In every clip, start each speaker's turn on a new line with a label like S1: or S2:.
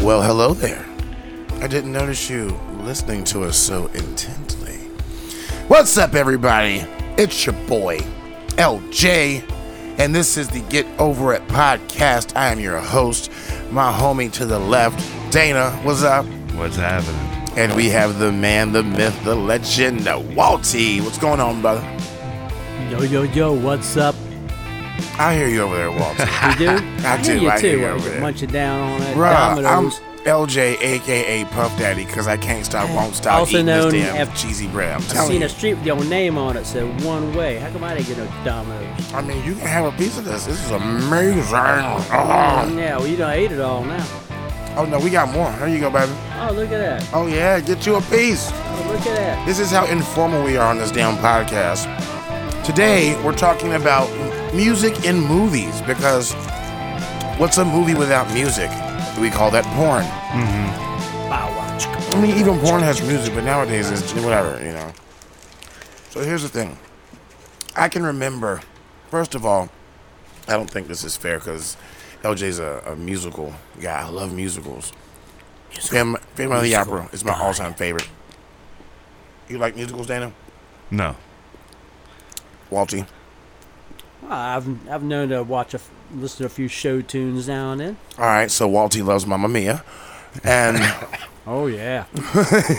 S1: Hello there. I didn't notice you listening to us so intently. What's up, everybody? It's your boy, LJ, and this is the Get Over It podcast. I am your host, my homie to the left, Dana. What's up?
S2: What's happening?
S1: And we have the man, the myth, the legend, Walty. What's going on, brother?
S3: Yo, yo, yo, what's up?
S1: I hear you over there, Walty.
S3: You do?
S1: I
S3: hear
S1: do,
S3: You
S1: I
S3: too.
S1: hear you
S3: I
S1: over
S3: was
S1: there.
S3: munching down on that
S1: Bruh, I'm
S3: Domino's.
S1: LJ, aka Puff Daddy, because I can't stop, won't stop
S3: Also
S1: eating this
S3: known
S1: damn
S3: as-
S1: cheesy bread. I'm
S3: i
S1: telling
S3: seen
S1: you.
S3: a street with your name on it said one way. How come I didn't get no Domino's?
S1: I mean, you can have a piece of this. This is amazing. Oh,
S3: Yeah, well, you done ate it all now.
S1: oh no, we got more. Here you go, baby.
S3: Oh, look at that.
S1: Oh yeah, get you a piece.
S3: Oh, look at that.
S1: This is how informal we are on this damn podcast. Today, we're talking about music in movies because what's a movie without music? We call that porn.
S3: Bow wow. chicka.
S1: I mean, even porn has music, but nowadays it's whatever, you know. So here's the thing. I can remember, first of all, I don't think this is fair because LJ's a, a musical guy. I love musicals. Fam- Phantom of the Opera is my all time favorite. You like musicals, Dana?
S2: No.
S1: Walty?
S3: Well, I've, I've known to watch a, f- listen to a few show tunes now and then.
S1: All right, so Walty loves Mamma Mia. And
S3: Oh, yeah.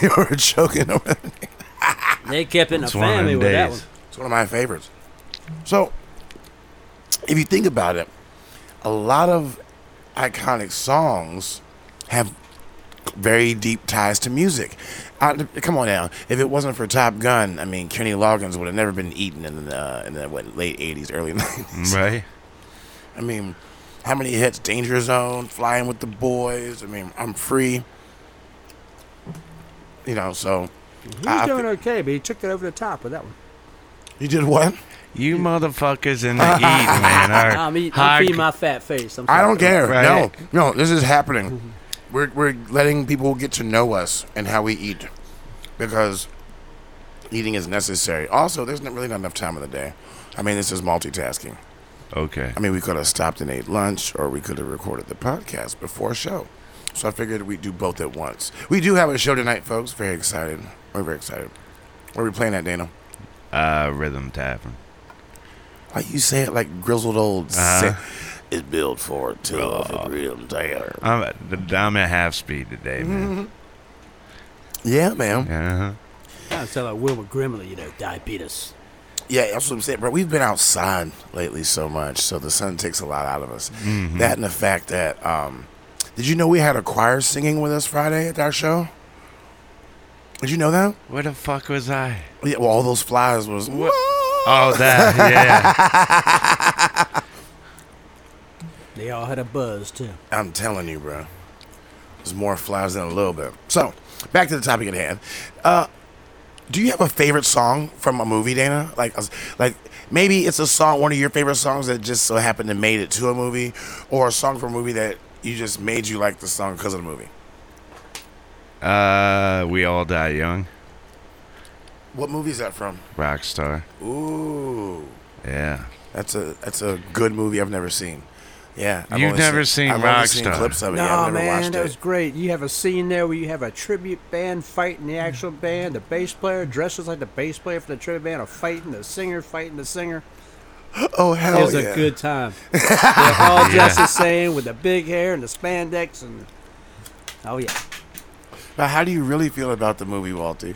S1: you were joking over
S3: They kept it in the
S2: It's one of
S3: family
S2: them
S3: with that one.
S2: days.
S1: It's one of my favorites. So, if you think about it, a lot of iconic songs have very deep ties to music. I, come on now, if it wasn't for Top Gun, I mean, Kenny Loggins would have never been eaten in the uh, in the what, late '80s, early '90s.
S2: Right?
S1: I mean, how many hits? Danger Zone, Flying with the Boys. I mean, I'm free. You know, so
S3: He
S1: I- I
S3: was doing okay, but he took it over the top with that one.
S1: you did what?
S2: You motherfuckers in the eat, man. Are
S3: I'm, eating, I'm
S2: hard-
S3: feeding my fat face. I'm
S1: I
S3: sorry.
S1: don't care.
S2: Right.
S1: No, no, this is happening. We're, we're letting people get to know us and how we eat because eating is necessary. Also, there's not really not enough time in the day. I mean, this is multitasking.
S2: okay.
S1: I mean, we could have stopped and ate lunch or we could have recorded the podcast before show. So I figured we'd do both at once. We do have a show tonight, folks. Very excited. We're very excited. Where are we playing at, Dana?
S2: Uh, Rhythm Tavern.
S1: Why you say it like grizzled old?
S2: Uh-huh.
S1: si- It's built for two of the real Taylor.
S2: I'm at, I'm at half speed today, man.
S1: Yeah, man.
S2: Uh-huh.
S3: I sound like Wilbur Grimley, you know, diabetes.
S1: Yeah, that's what I'm saying, bro. We've been outside lately so much, so the sun takes a lot out of us. That and the fact that, um, did you know we had a choir singing with us Friday at our show? Did you know that?
S2: Where the fuck was I?
S1: Yeah, well, all those flies was.
S2: Oh, that, yeah.
S3: They all had a buzz, too.
S1: I'm telling you, bro. There's more flies than a little bit. So, back to the topic at hand. Uh, do you have a favorite song from a movie, Dana? Like, uh, like maybe it's a song, one of your favorite songs that just so happened to made it to a movie, or a song from a movie that you just made you like the song because of the movie.
S2: Uh, we all die young.
S1: What movie is that from?
S2: Rockstar.
S1: Ooh,
S2: Yeah.
S1: that's a that's a good movie I've never seen. Yeah, I've
S2: You've
S1: only
S2: never seen
S1: I've only seen
S2: Rockstar.
S1: clips of it.
S3: No,
S1: Oh, yeah, I've never
S3: man,
S1: watched
S3: that
S1: it.
S3: was great. You have a scene there where you have a tribute band fighting the actual band. The bass player dresses like the bass player for the tribute band are fighting the singer, fighting the singer.
S1: oh
S3: It
S1: hell
S3: was
S1: yeah.
S3: a good time. They're all dressed the same with the big hair and the spandex and oh yeah,
S1: Now, how do you really feel about the movie, Walty?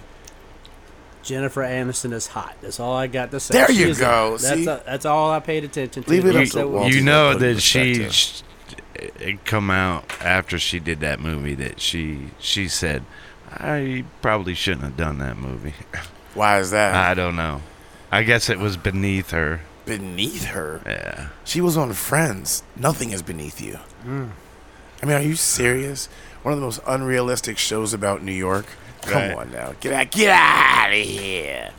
S3: Jennifer Aniston is hot. That's all I got to say.
S1: There you
S3: She's a-
S1: go.
S3: that's
S1: See?
S3: a- that's all I paid attention to.
S1: Leave it
S3: She
S1: up
S3: was
S1: to
S3: so-
S1: Walt.
S2: you
S1: Walter's
S2: know
S1: gonna put it
S2: that she
S1: perspective.
S2: sh- it come out after she did that movie that she she said I probably shouldn't have done that movie.
S1: Why is that?
S2: I don't know. I guess it was beneath her.
S1: beneath her.
S2: Yeah.
S1: She was on Friends. Nothing is beneath you. I mean, are you serious? One of the most unrealistic shows about New York. Come
S2: Right.
S1: on now, get out, get out of here.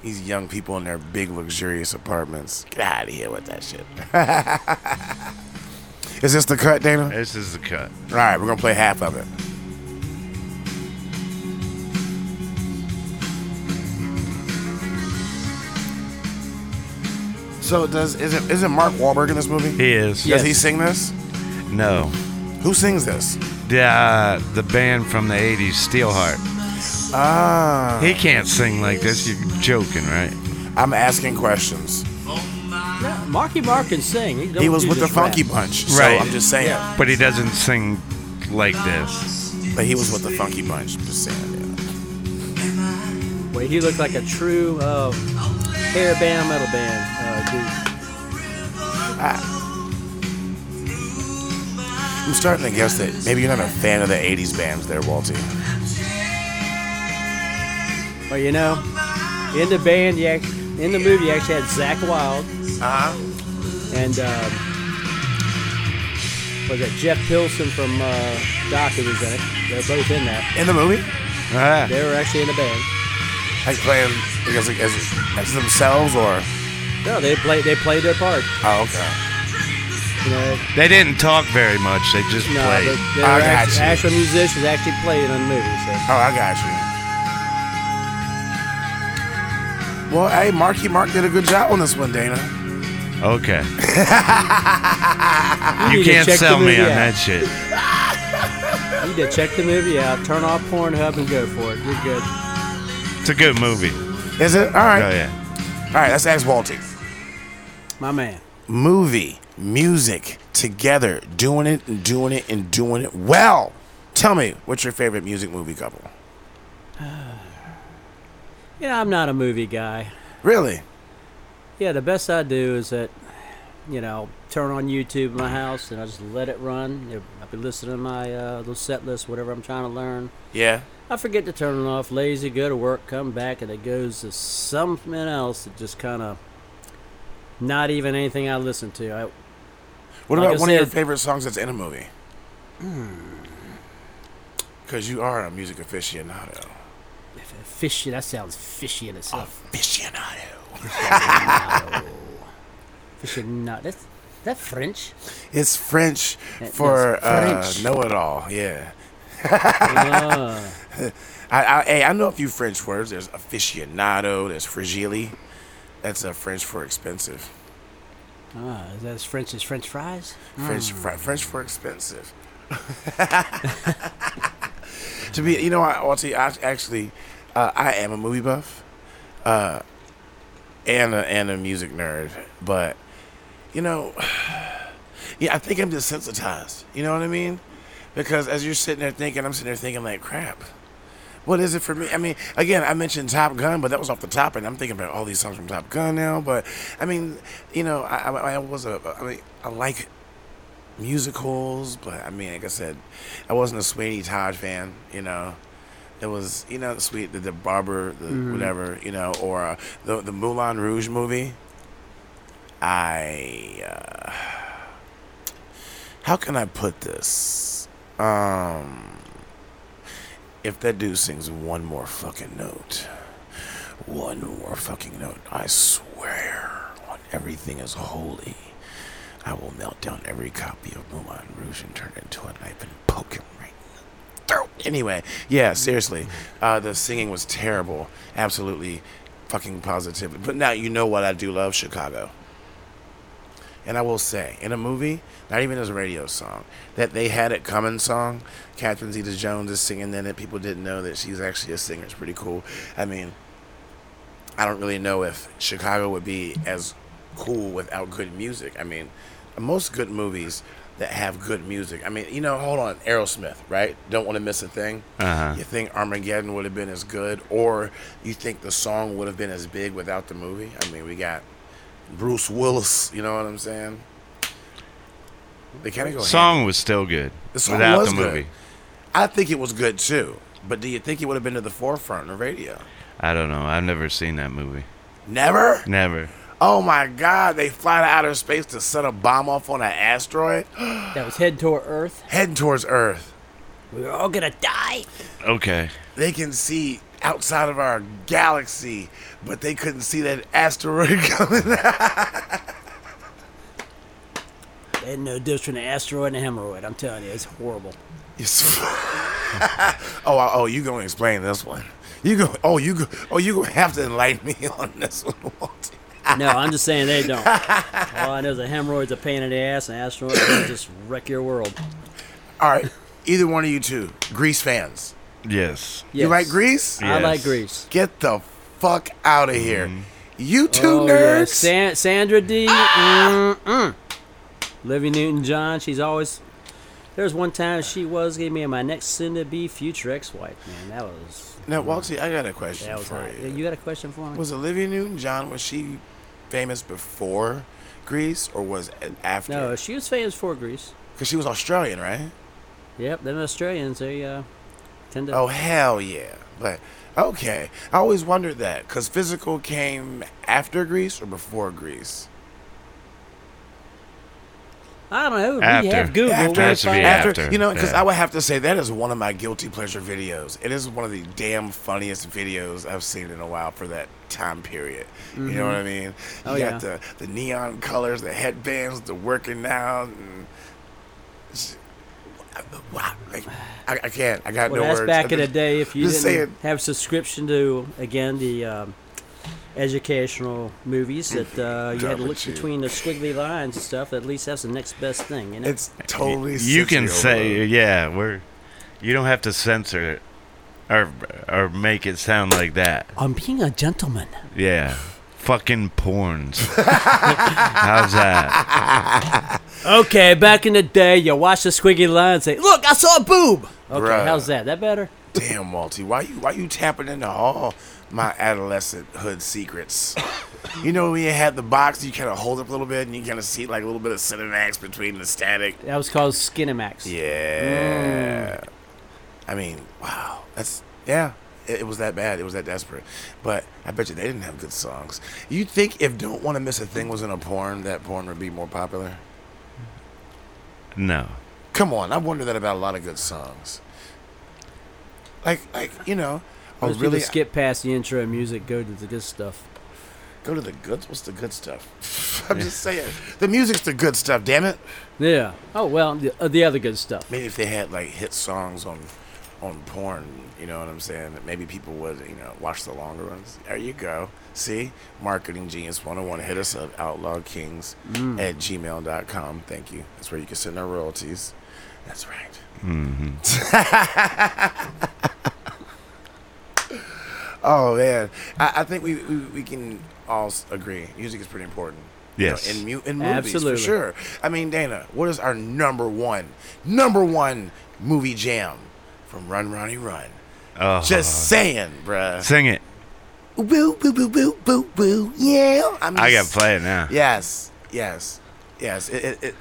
S1: These young people in their big luxurious apartments. Get out of here with that shit. is this the cut, Dana?
S2: This is the cut.
S1: All right, we're gonna play half of it. So does isn't isn't Mark Wahlberg in this movie?
S2: He is.
S1: Does
S3: Yes.
S1: he sing this?
S2: No.
S1: Who sings this?
S2: The, uh, the band from the 80s, Steelheart.
S1: Ah.
S2: He can't sing like this. You're joking, right?
S1: I'm asking questions.
S3: Yeah, Marky Mark can sing. He, don't
S1: He was
S3: do
S1: with the
S3: just rap.
S1: Funky Bunch. So
S2: Right.
S1: I'm just saying.
S2: But he doesn't sing like this.
S1: But he was with the Funky Bunch. Just saying. Yeah.
S3: Wait, he looked like a true uh, hair band, metal band uh, dude.
S1: Ah. I'm starting to guess that maybe you're not a fan of the 80s bands there, Walty.
S3: But you know, in the band, you act, in the movie, you actually had Zach Wild
S1: Uh-huh.
S3: and um, was that Jeff Pilson from uh, Doc who was in it. They're both in that.
S1: In the movie?
S2: Ah,
S3: They were actually in the band.
S1: Like playing as, as, as themselves or.
S3: No, they played they played their part.
S1: Oh, okay.
S3: You know,
S2: they didn't talk very much. They just
S3: no,
S2: played.
S3: but they were
S1: I got
S3: actually,
S1: you.
S3: actual musicians actually played on the movie. So.
S1: Oh, I got you. Well, hey, Marky Mark did a good job on this one, Dana.
S2: Okay.
S3: need
S2: you
S3: to check
S2: can't
S3: the
S2: sell me
S3: movie
S2: on
S3: out.
S2: that shit.
S3: You need to check the movie out, turn off Pornhub, and go for it. You're good.
S2: It's a good movie.
S1: Is it? All
S2: Oh,
S1: right.
S2: yeah.
S1: All right, let's ask Walty.
S3: My man.
S1: Movie, music, together, doing it and doing it and doing it well. Tell me, what's your favorite music movie couple?
S3: You know, I'm not a movie guy.
S1: Really?
S3: Yeah, the best I do is that, you know, turn on YouTube in my house and I just let it run. You know, I'll be listening to my uh, little set list, whatever I'm trying to learn.
S1: Yeah.
S3: I forget to turn it off. Lazy, go to work, come back, and it goes to something else that just kind of not even anything I listen to. I,
S1: What
S3: Like
S1: about
S3: I
S1: one of your
S3: said-
S1: favorite songs that's in a movie? Because you are a music aficionado.
S3: fishy, that sounds fishy in itself.
S1: Aficionado.
S3: Fishy, not that's that French.
S1: It's French
S3: That-
S1: for
S3: that's French.
S1: Uh, know-it-all. Yeah.
S3: Ah.
S1: I, I, hey, I know a few French words. There's aficionado. There's frigili. That's uh, French for expensive.
S3: Ah, is that as French as French fries?
S1: French fr- French for expensive. to be, you know, I, Alti, I actually, uh, I am a movie buff, uh, and a, and a music nerd, but you know, yeah, I think I'm desensitized. You know what I mean? Because as you're sitting there thinking, I'm sitting there thinking like, crap. What is it for me? I mean, again, I mentioned Top Gun, but that was off the top, and I'm thinking about all these songs from Top Gun now. But I mean, you know, I, I, I was a, I mean, I like musicals, but I mean, like I said, I wasn't a Sweeney Todd fan, you know. It was, you know, the sweet, the, the barber, the whatever, you know, or uh, the the Moulin Rouge movie. I, uh, how can I put this? Um, if that dude sings one more fucking note, one more fucking note, I swear on everything is holy. I will melt down every copy of Moulin Rouge and turn it into a knife and poke him right in the throat. Anyway, yeah, seriously, uh, the singing was terrible. Absolutely, fucking positively. But now you know what I do love Chicago. And I will say, in a movie, not even as a radio song, that they had it coming song. Catherine Zeta Jones is singing in it. People didn't know that she's actually a singer. It's pretty cool. I mean, I don't really know if Chicago would be as cool without good music. I mean, most good movies that have good music. I mean, you know, hold on, Aerosmith, right? Don't want to miss a thing.
S2: Uh-huh.
S1: You think Armageddon would have been as good, or you think the song would have been as big without the movie? I mean, we got Bruce Willis. You know what I'm saying? They kind of go. hand-
S2: Song was still good
S1: The song
S2: without
S1: was
S2: the
S1: good.
S2: movie.
S1: I think it was good too, but do you think it would have been to the forefront of radio?
S2: I don't know. I've never seen that movie.
S1: Never.
S2: Never.
S1: Oh my God! They fly to outer space to set a bomb off on an asteroid
S3: That was head toward Earth.
S1: heading towards Earth.
S3: We're all gonna die.
S2: Okay.
S1: They can see outside of our galaxy, but they couldn't see that asteroid coming.
S3: They had no difference between an asteroid and a hemorrhoid. I'm telling you, it's horrible.
S1: It's- oh, I- oh, you gonna explain this one? You go? Oh, you go? Oh, you gonna have to enlighten me on this one? Walter.
S3: No, I'm just saying they don't. All I know is a hemorrhoid's a pain in the ass, and an asteroid will just wreck your world.
S1: All right, either one of you two, Grease fans.
S2: Yes.
S1: You
S3: Yes.
S1: like Grease?
S3: I like
S2: Yes.
S3: Grease.
S1: Get the fuck out of here. You two
S3: Oh, yeah.
S1: nerds.
S3: San- Sandra D. Mm mm. Livy Newton John. She's always. There was one time she was gonna be my next soon to be future ex wife, man. That was.
S1: Now, Walty, I got a question
S3: That was
S1: for
S3: hot.
S1: you.
S3: You got a question for me?
S1: Was Olivia Newton-John was she famous before Grease or was it after?
S3: no, she was famous for Greece.
S1: because she was Australian, right?
S3: Yep, them Australians, they uh, tend to.
S1: Oh hell yeah! But okay, I always wondered that because physical came after Grease or before Grease.
S3: I don't know.
S2: After.
S3: We have Google.
S1: After.
S3: We'll
S2: Has to be
S3: find-
S2: after.
S1: you know, because
S2: yeah.
S1: I would have to say that is one of my guilty pleasure videos. It is one of the damn funniest videos I've seen in a while for that time period. You know what I mean? You
S3: Oh,
S1: got
S3: yeah.
S1: the the neon colors, the headbands, the working out, and it's- wow, like, I, I can't. I got
S3: Well,
S1: no
S3: that's
S1: words.
S3: back
S1: I
S3: in the
S1: just-
S3: day if you didn't
S1: just saying.
S3: have subscription to again the um, educational movies that uh, you had to
S1: Darling
S3: look
S1: you.
S3: between the squiggly lines and stuff. At least that's the next best thing, you know.
S1: It's totally.
S2: You can
S1: sensory
S2: say
S1: overload.
S2: yeah. We're. You don't have to censor it, or or make it sound like that.
S3: I'm being a gentleman.
S2: Yeah. Fucking porns. How's that?
S3: Okay, back in the day, you watch the squiggly line and say, "Look, I saw a boob." Okay,
S1: Bruh.
S3: how's that? That better?
S1: Damn, Walty, why you why you tapping into all my adolescent hood secrets? you know when you had the box, you kind of hold up a little bit, and you kind of see like a little bit of Cinemax between the static.
S3: That was called Skinemax.
S1: Yeah. I mean, wow. That's yeah. It, it was that bad. It was that desperate. But I bet you they didn't have good songs. You think if "Don't Want to Miss a Thing" was in a porn, that porn would be more popular?
S2: No.
S1: Come on, I wonder that about a lot of good songs. Like, like you know, I
S3: Most
S1: Oh, really
S3: people skip past the intro music, go to the good stuff.
S1: Go to the good. What's the good stuff? I'm just saying. The music's the good stuff. Damn it.
S3: Yeah. Oh well, the, uh, the other good stuff.
S1: Maybe if they had like hit songs on, on porn, you know what I'm saying? that Maybe people would, you know, watch the longer ones. There you go. See, marketing genius 101. Hit us up, outlawkings at gmail.com. Thank you. That's where you can send our royalties. That's right. Oh man, I, I think we, we we can all s- agree music is pretty important. You know,
S2: Yes.
S1: in mu- in movies
S3: Absolutely.
S1: for sure. I mean, Dana, what is our number one number one movie jam from Run Ronnie Run?
S2: Oh.
S1: Just saying, bruh.
S2: sing it.
S1: Uh-huh. Woo woo woo woo woo woo. Yeah, I'm
S2: I got to
S1: just-
S2: play it now.
S1: Yes, yes, yes. It, it, it,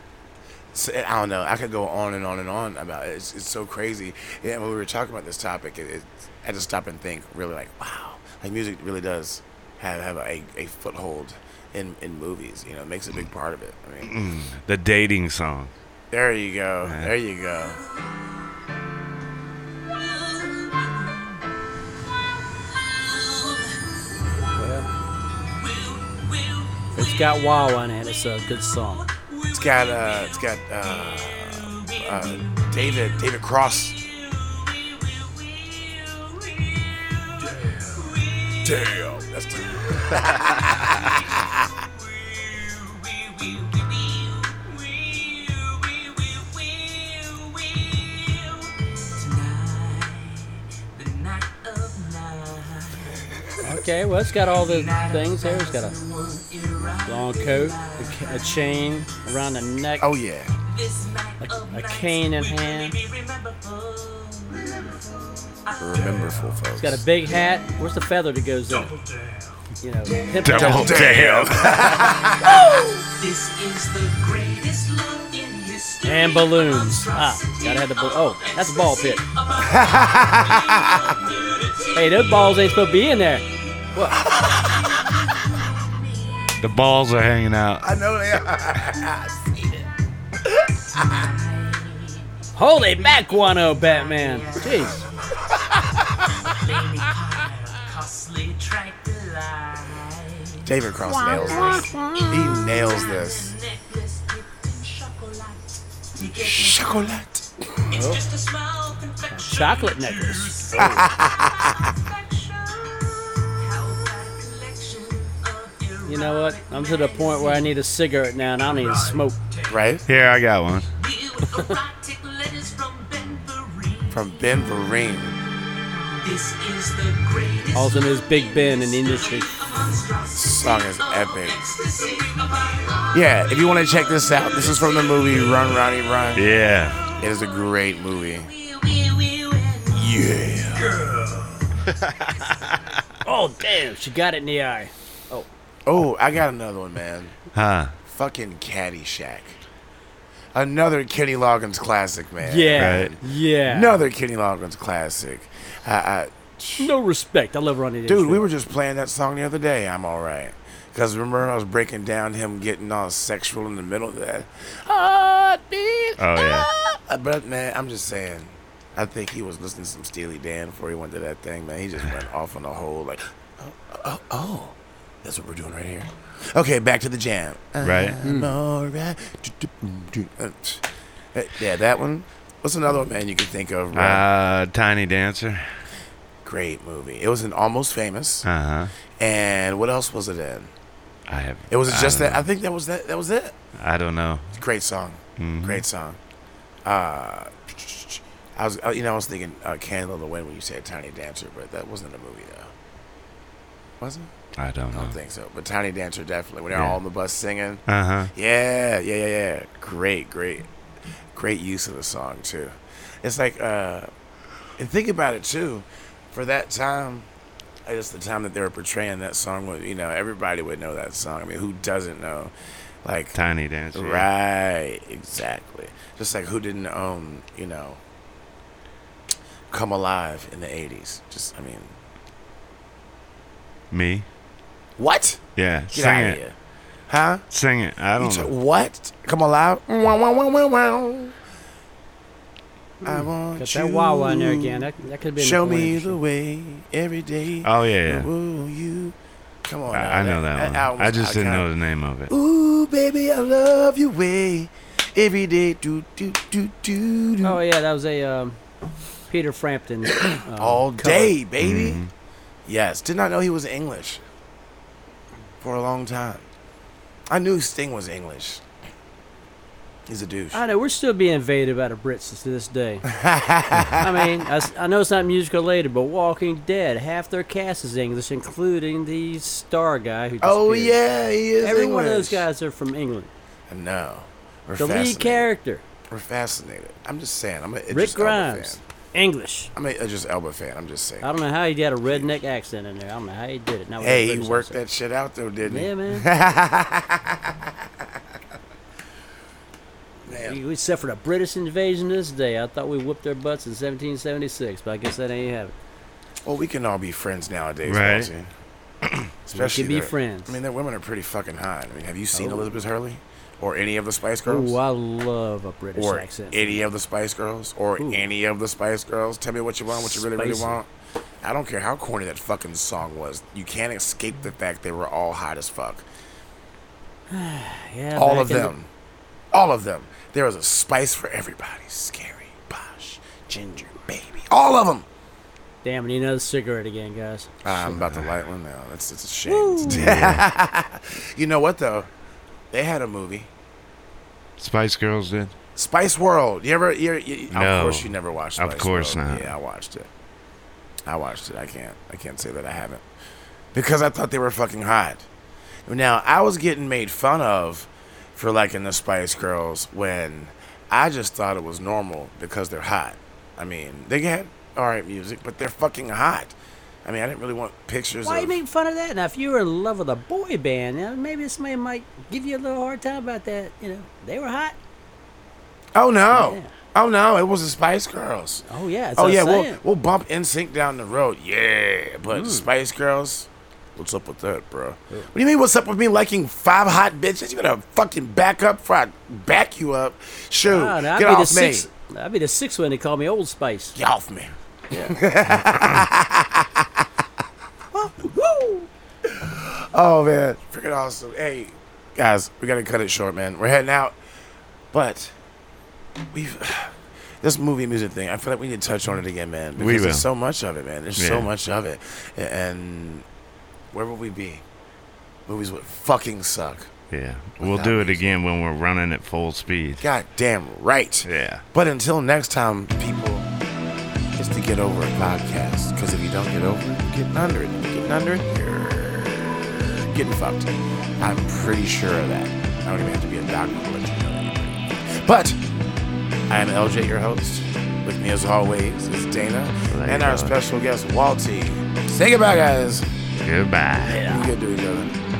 S1: s- I don't know. I could go on and on and on about it. It's, it's so crazy. And when we were talking about this topic, it, it, I had to stop and think. Really, like wow, like music really does have have a, a foothold in in movies. You know, it makes a big part of it. I mean,
S2: The dating song.
S1: there you go. There you go.
S3: It's got wow on it. It's a good song.
S1: It's got uh, it's got uh, uh, David David Cross. Damn, that's the-
S3: Okay, well, it's got all the things there. It's got a long coat, a, ca- a chain around the neck,
S1: oh yeah.
S3: a, a cane in hand.
S1: Remember full folks.
S3: It's got a big hat. Where's the feather that goes in? it? You know, hip
S2: Double damn.
S4: This is the greatest love in history.
S3: and balloons. Ah, gotta have the ball. Oh, that's a ball pit. hey, those balls ain't supposed to be in there.
S2: The balls are hanging out.
S1: I know they are.
S3: Holy Maguano, Batman. Jeez.
S4: Lady Pyle, costly tractor light.
S1: David Cross nails this. He nails this.
S4: Necklace dipped in chocolate. You get me?
S1: Chocolate.
S4: It's just a small confection.
S3: Chocolate necklace.
S4: Confection. How about a collection of
S3: You know what? I'm to the point where I need a cigarette now and I don't need to smoke.
S1: Right?
S2: Here, I got one.
S4: erotic letters from
S1: from Ben Vereen.
S4: This is the greatest.
S3: Also known as Big Ben in the industry.
S1: Song is epic. Yeah, if you want to check this out, this is from the movie Run Ronnie Run.
S2: Yeah.
S1: It is a great movie. Yeah.
S3: Oh, damn. She got it in the eye.
S1: Oh, I got another one, man.
S2: Huh.
S1: Fucking Caddyshack. Another Kenny Loggins classic, man.
S3: Yeah.
S2: Right.
S3: Yeah.
S1: Another Kenny Loggins classic. I, I,
S3: No respect. I love Ronnie
S1: dude, we were just playing that song the other day. I'm all right. Because remember, I was breaking down him getting all sexual in the middle of that. Ah, bitch,
S2: Oh, yeah.
S1: ah. But, man, I'm just saying. I think he was listening to some Steely Dan before he went to that thing, man. He just went off on a whole, like, oh, oh, oh. That's what we're doing right here. Okay, back to the jam.
S2: Right.
S1: I'm all right. Uh, uh, Yeah, that one. What's another one, man, you can think of? Right?
S2: Uh, Tiny Dancer.
S1: Great movie. It was an Almost Famous.
S2: Uh huh.
S1: And what else was it in?
S2: I have.
S1: It was
S2: I
S1: just
S2: don't
S1: that. I think that was that. That was it.
S2: know. I don't know.
S1: Great song. Great song. Uh, I was, uh, you know, I was thinking uh, "Candle in the Wind" when you said "Tiny Dancer," but that wasn't a movie though. Was it?
S2: I don't
S1: I don't
S2: know.
S1: think so. But "Tiny Dancer" definitely. When they're
S2: Yeah.
S1: all on the bus singing.
S2: Uh huh.
S1: Yeah, yeah, yeah, yeah. Great, great, great use of the song too. It's like, uh, and think about it too. For that time, I guess the time that they were portraying that song was, you know, everybody would know that song. I mean, who doesn't know? Like,
S2: Tiny Dancer. yeah.
S1: right, exactly. Just like who didn't own, you know, "Come Alive" in the '80s. Just, I mean,
S2: Me.
S1: what?
S2: Yeah.
S1: Get
S2: Sing
S1: out
S2: it.
S1: of here, huh?
S2: Sing it. I
S1: You
S2: don't
S1: t-
S2: know.
S1: what? Come alive. Wow, wow, wow, wow, wow.
S2: Hmm.
S1: I want
S3: Got
S1: you.
S3: that Wawa in there again. That, that could have been.
S1: Show
S3: a point.
S1: me the way every day.
S2: Oh yeah. yeah.
S1: Ooh, you. Come on. now,
S2: I, I know that, one.
S1: album's
S2: I just didn't know
S1: iconic.
S2: the name of it.
S1: Ooh, baby, I love your way every day. Do do do do do.
S3: Oh, yeah. That was a um, Peter Frampton. um,
S1: All
S3: cover.
S1: day, baby.
S2: Mm-hmm.
S1: Yes. Did not know he was English for a long time. I knew Sting was English. He's a douche.
S3: I know we're still being invaded by the Brits to this day. I mean, I, s- I know it's not music related, but Walking Dead, half their cast is English, including the star guy who.
S1: Oh
S3: disappeared.
S1: yeah, he is.
S3: Every one of those
S1: English.
S3: guys are from England.
S1: No, we're
S3: The lead
S1: fascinated.
S3: character,
S1: We're fascinated. I'm just saying. I'm a Idris
S3: Rick
S1: Elba
S3: Grimes,
S1: fan.
S3: English.
S1: I'm a Idris Elba fan. I'm just saying.
S3: I don't know how he got a redneck accent in there. I don't know how he did it. Not with a
S1: hey, he
S3: British
S1: worked
S3: accent.
S1: that shit out though, didn't he?
S3: Yeah, man.
S1: Man.
S3: We- We suffered a British invasion this day. I thought we whooped their butts in 1776, but I guess that ain't happening.
S1: Well, we can all be friends nowadays,
S2: Right.
S1: Elsie. Especially
S3: be
S1: their-
S3: friends. Oh.
S1: I mean, their women are pretty fucking hot. I mean, have you seen Elizabeth Hurley or any of the Spice Girls?
S3: Ooh, I love a British
S1: or
S3: accent.
S1: any of the Spice Girls or
S3: Ooh.
S1: any of the Spice Girls. Tell me what you want, what you really, really
S3: Spicy.
S1: want. I don't care how corny that fucking song was. You can't escape the fact they were all hot as fuck.
S3: Yeah,
S1: All
S3: back
S1: of
S3: in the-
S1: them. All of them. There was a spice for everybody. Scary, posh, ginger, baby. All of them.
S3: Damn, I need another cigarette again, guys.
S1: I'm about to light one now. That's it's a shame. you know what though? They had a movie.
S2: Spice Girls did.
S1: Spice World. You ever? You, you, Of
S2: No.
S1: course, you never watched.
S2: Of
S1: Spice
S2: course
S1: World.
S2: not.
S1: Yeah, I watched it. I watched it. I can't. I can't say that I haven't, because I thought they were fucking hot. Now I was getting made fun of for liking the Spice Girls when I just thought it was normal because they're hot. I mean, they had all right music, but they're fucking hot. I mean, I didn't really want pictures.
S3: Why
S1: of,
S3: you making fun of that? Now, if you were in love with a boy band, now maybe somebody might give you a little hard time about that. You know, they were hot.
S1: Oh no!
S3: Yeah.
S1: Oh no! It was the Spice Girls.
S3: Oh yeah. that's
S1: Oh
S3: what I'm
S1: yeah, we'll
S3: saying. Hmm.
S1: we'll bump NSYNC down the road. Yeah, but Spice Girls, what's up with that, bro? What do you mean? What's up with me liking five hot bitches? You better fucking back up before I back you up. Shoot,
S3: Ah, now, I'd
S1: get
S3: be
S1: off
S3: the
S1: me.
S3: sixth. I'd be the sixth one to call me Old Spice.
S1: Get off me. oh man, freaking awesome. Hey, guys, we gotta cut it short, man. We're heading out, but we've this movie music thing. I feel like we need to touch on it again, man. Because
S2: We will.
S1: There's so much of it, man. There's so
S2: Yeah.
S1: much of it, A- and where would we be? Movies would fucking suck.
S2: Yeah. We'll do it again when we're running at full speed.
S1: God damn right.
S2: Yeah.
S1: But until next time, people, get over a podcast. Because if you don't get over it, you're getting under it. If you're getting under it, you're getting fucked. I'm pretty sure of that. I don't even have to be a doctor to let you know that. But I am LJ, your host. With me, as always, is Dana
S2: There
S1: and
S2: you
S1: our
S2: go.
S1: special guest, Walty. Say goodbye, guys.
S2: Goodbye.
S1: We good to each other.